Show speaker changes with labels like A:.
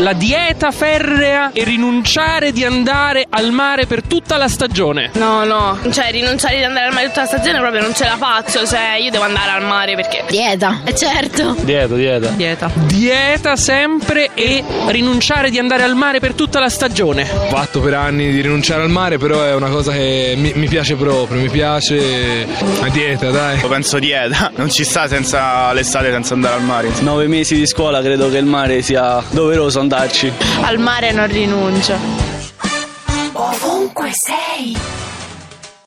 A: La dieta ferrea e rinunciare di andare al mare per tutta la stagione.
B: No, no, cioè rinunciare ad andare al mare tutta la stagione proprio non ce la faccio, cioè io devo andare al mare perché...
C: Dieta, eh, certo.
D: Dieta, dieta.
B: Dieta.
A: Dieta sempre e rinunciare di andare al mare per tutta la stagione.
E: Ho fatto per anni di rinunciare al mare, però è una cosa che mi, mi piace proprio, mi piace la dieta, dai.
F: Io penso dieta, non ci sta senza l'estate senza andare al mare.
G: Nove mesi di scuola credo che il mare sia doveroso andarci.
B: Al mare non rinuncio.
H: Ovunque sei.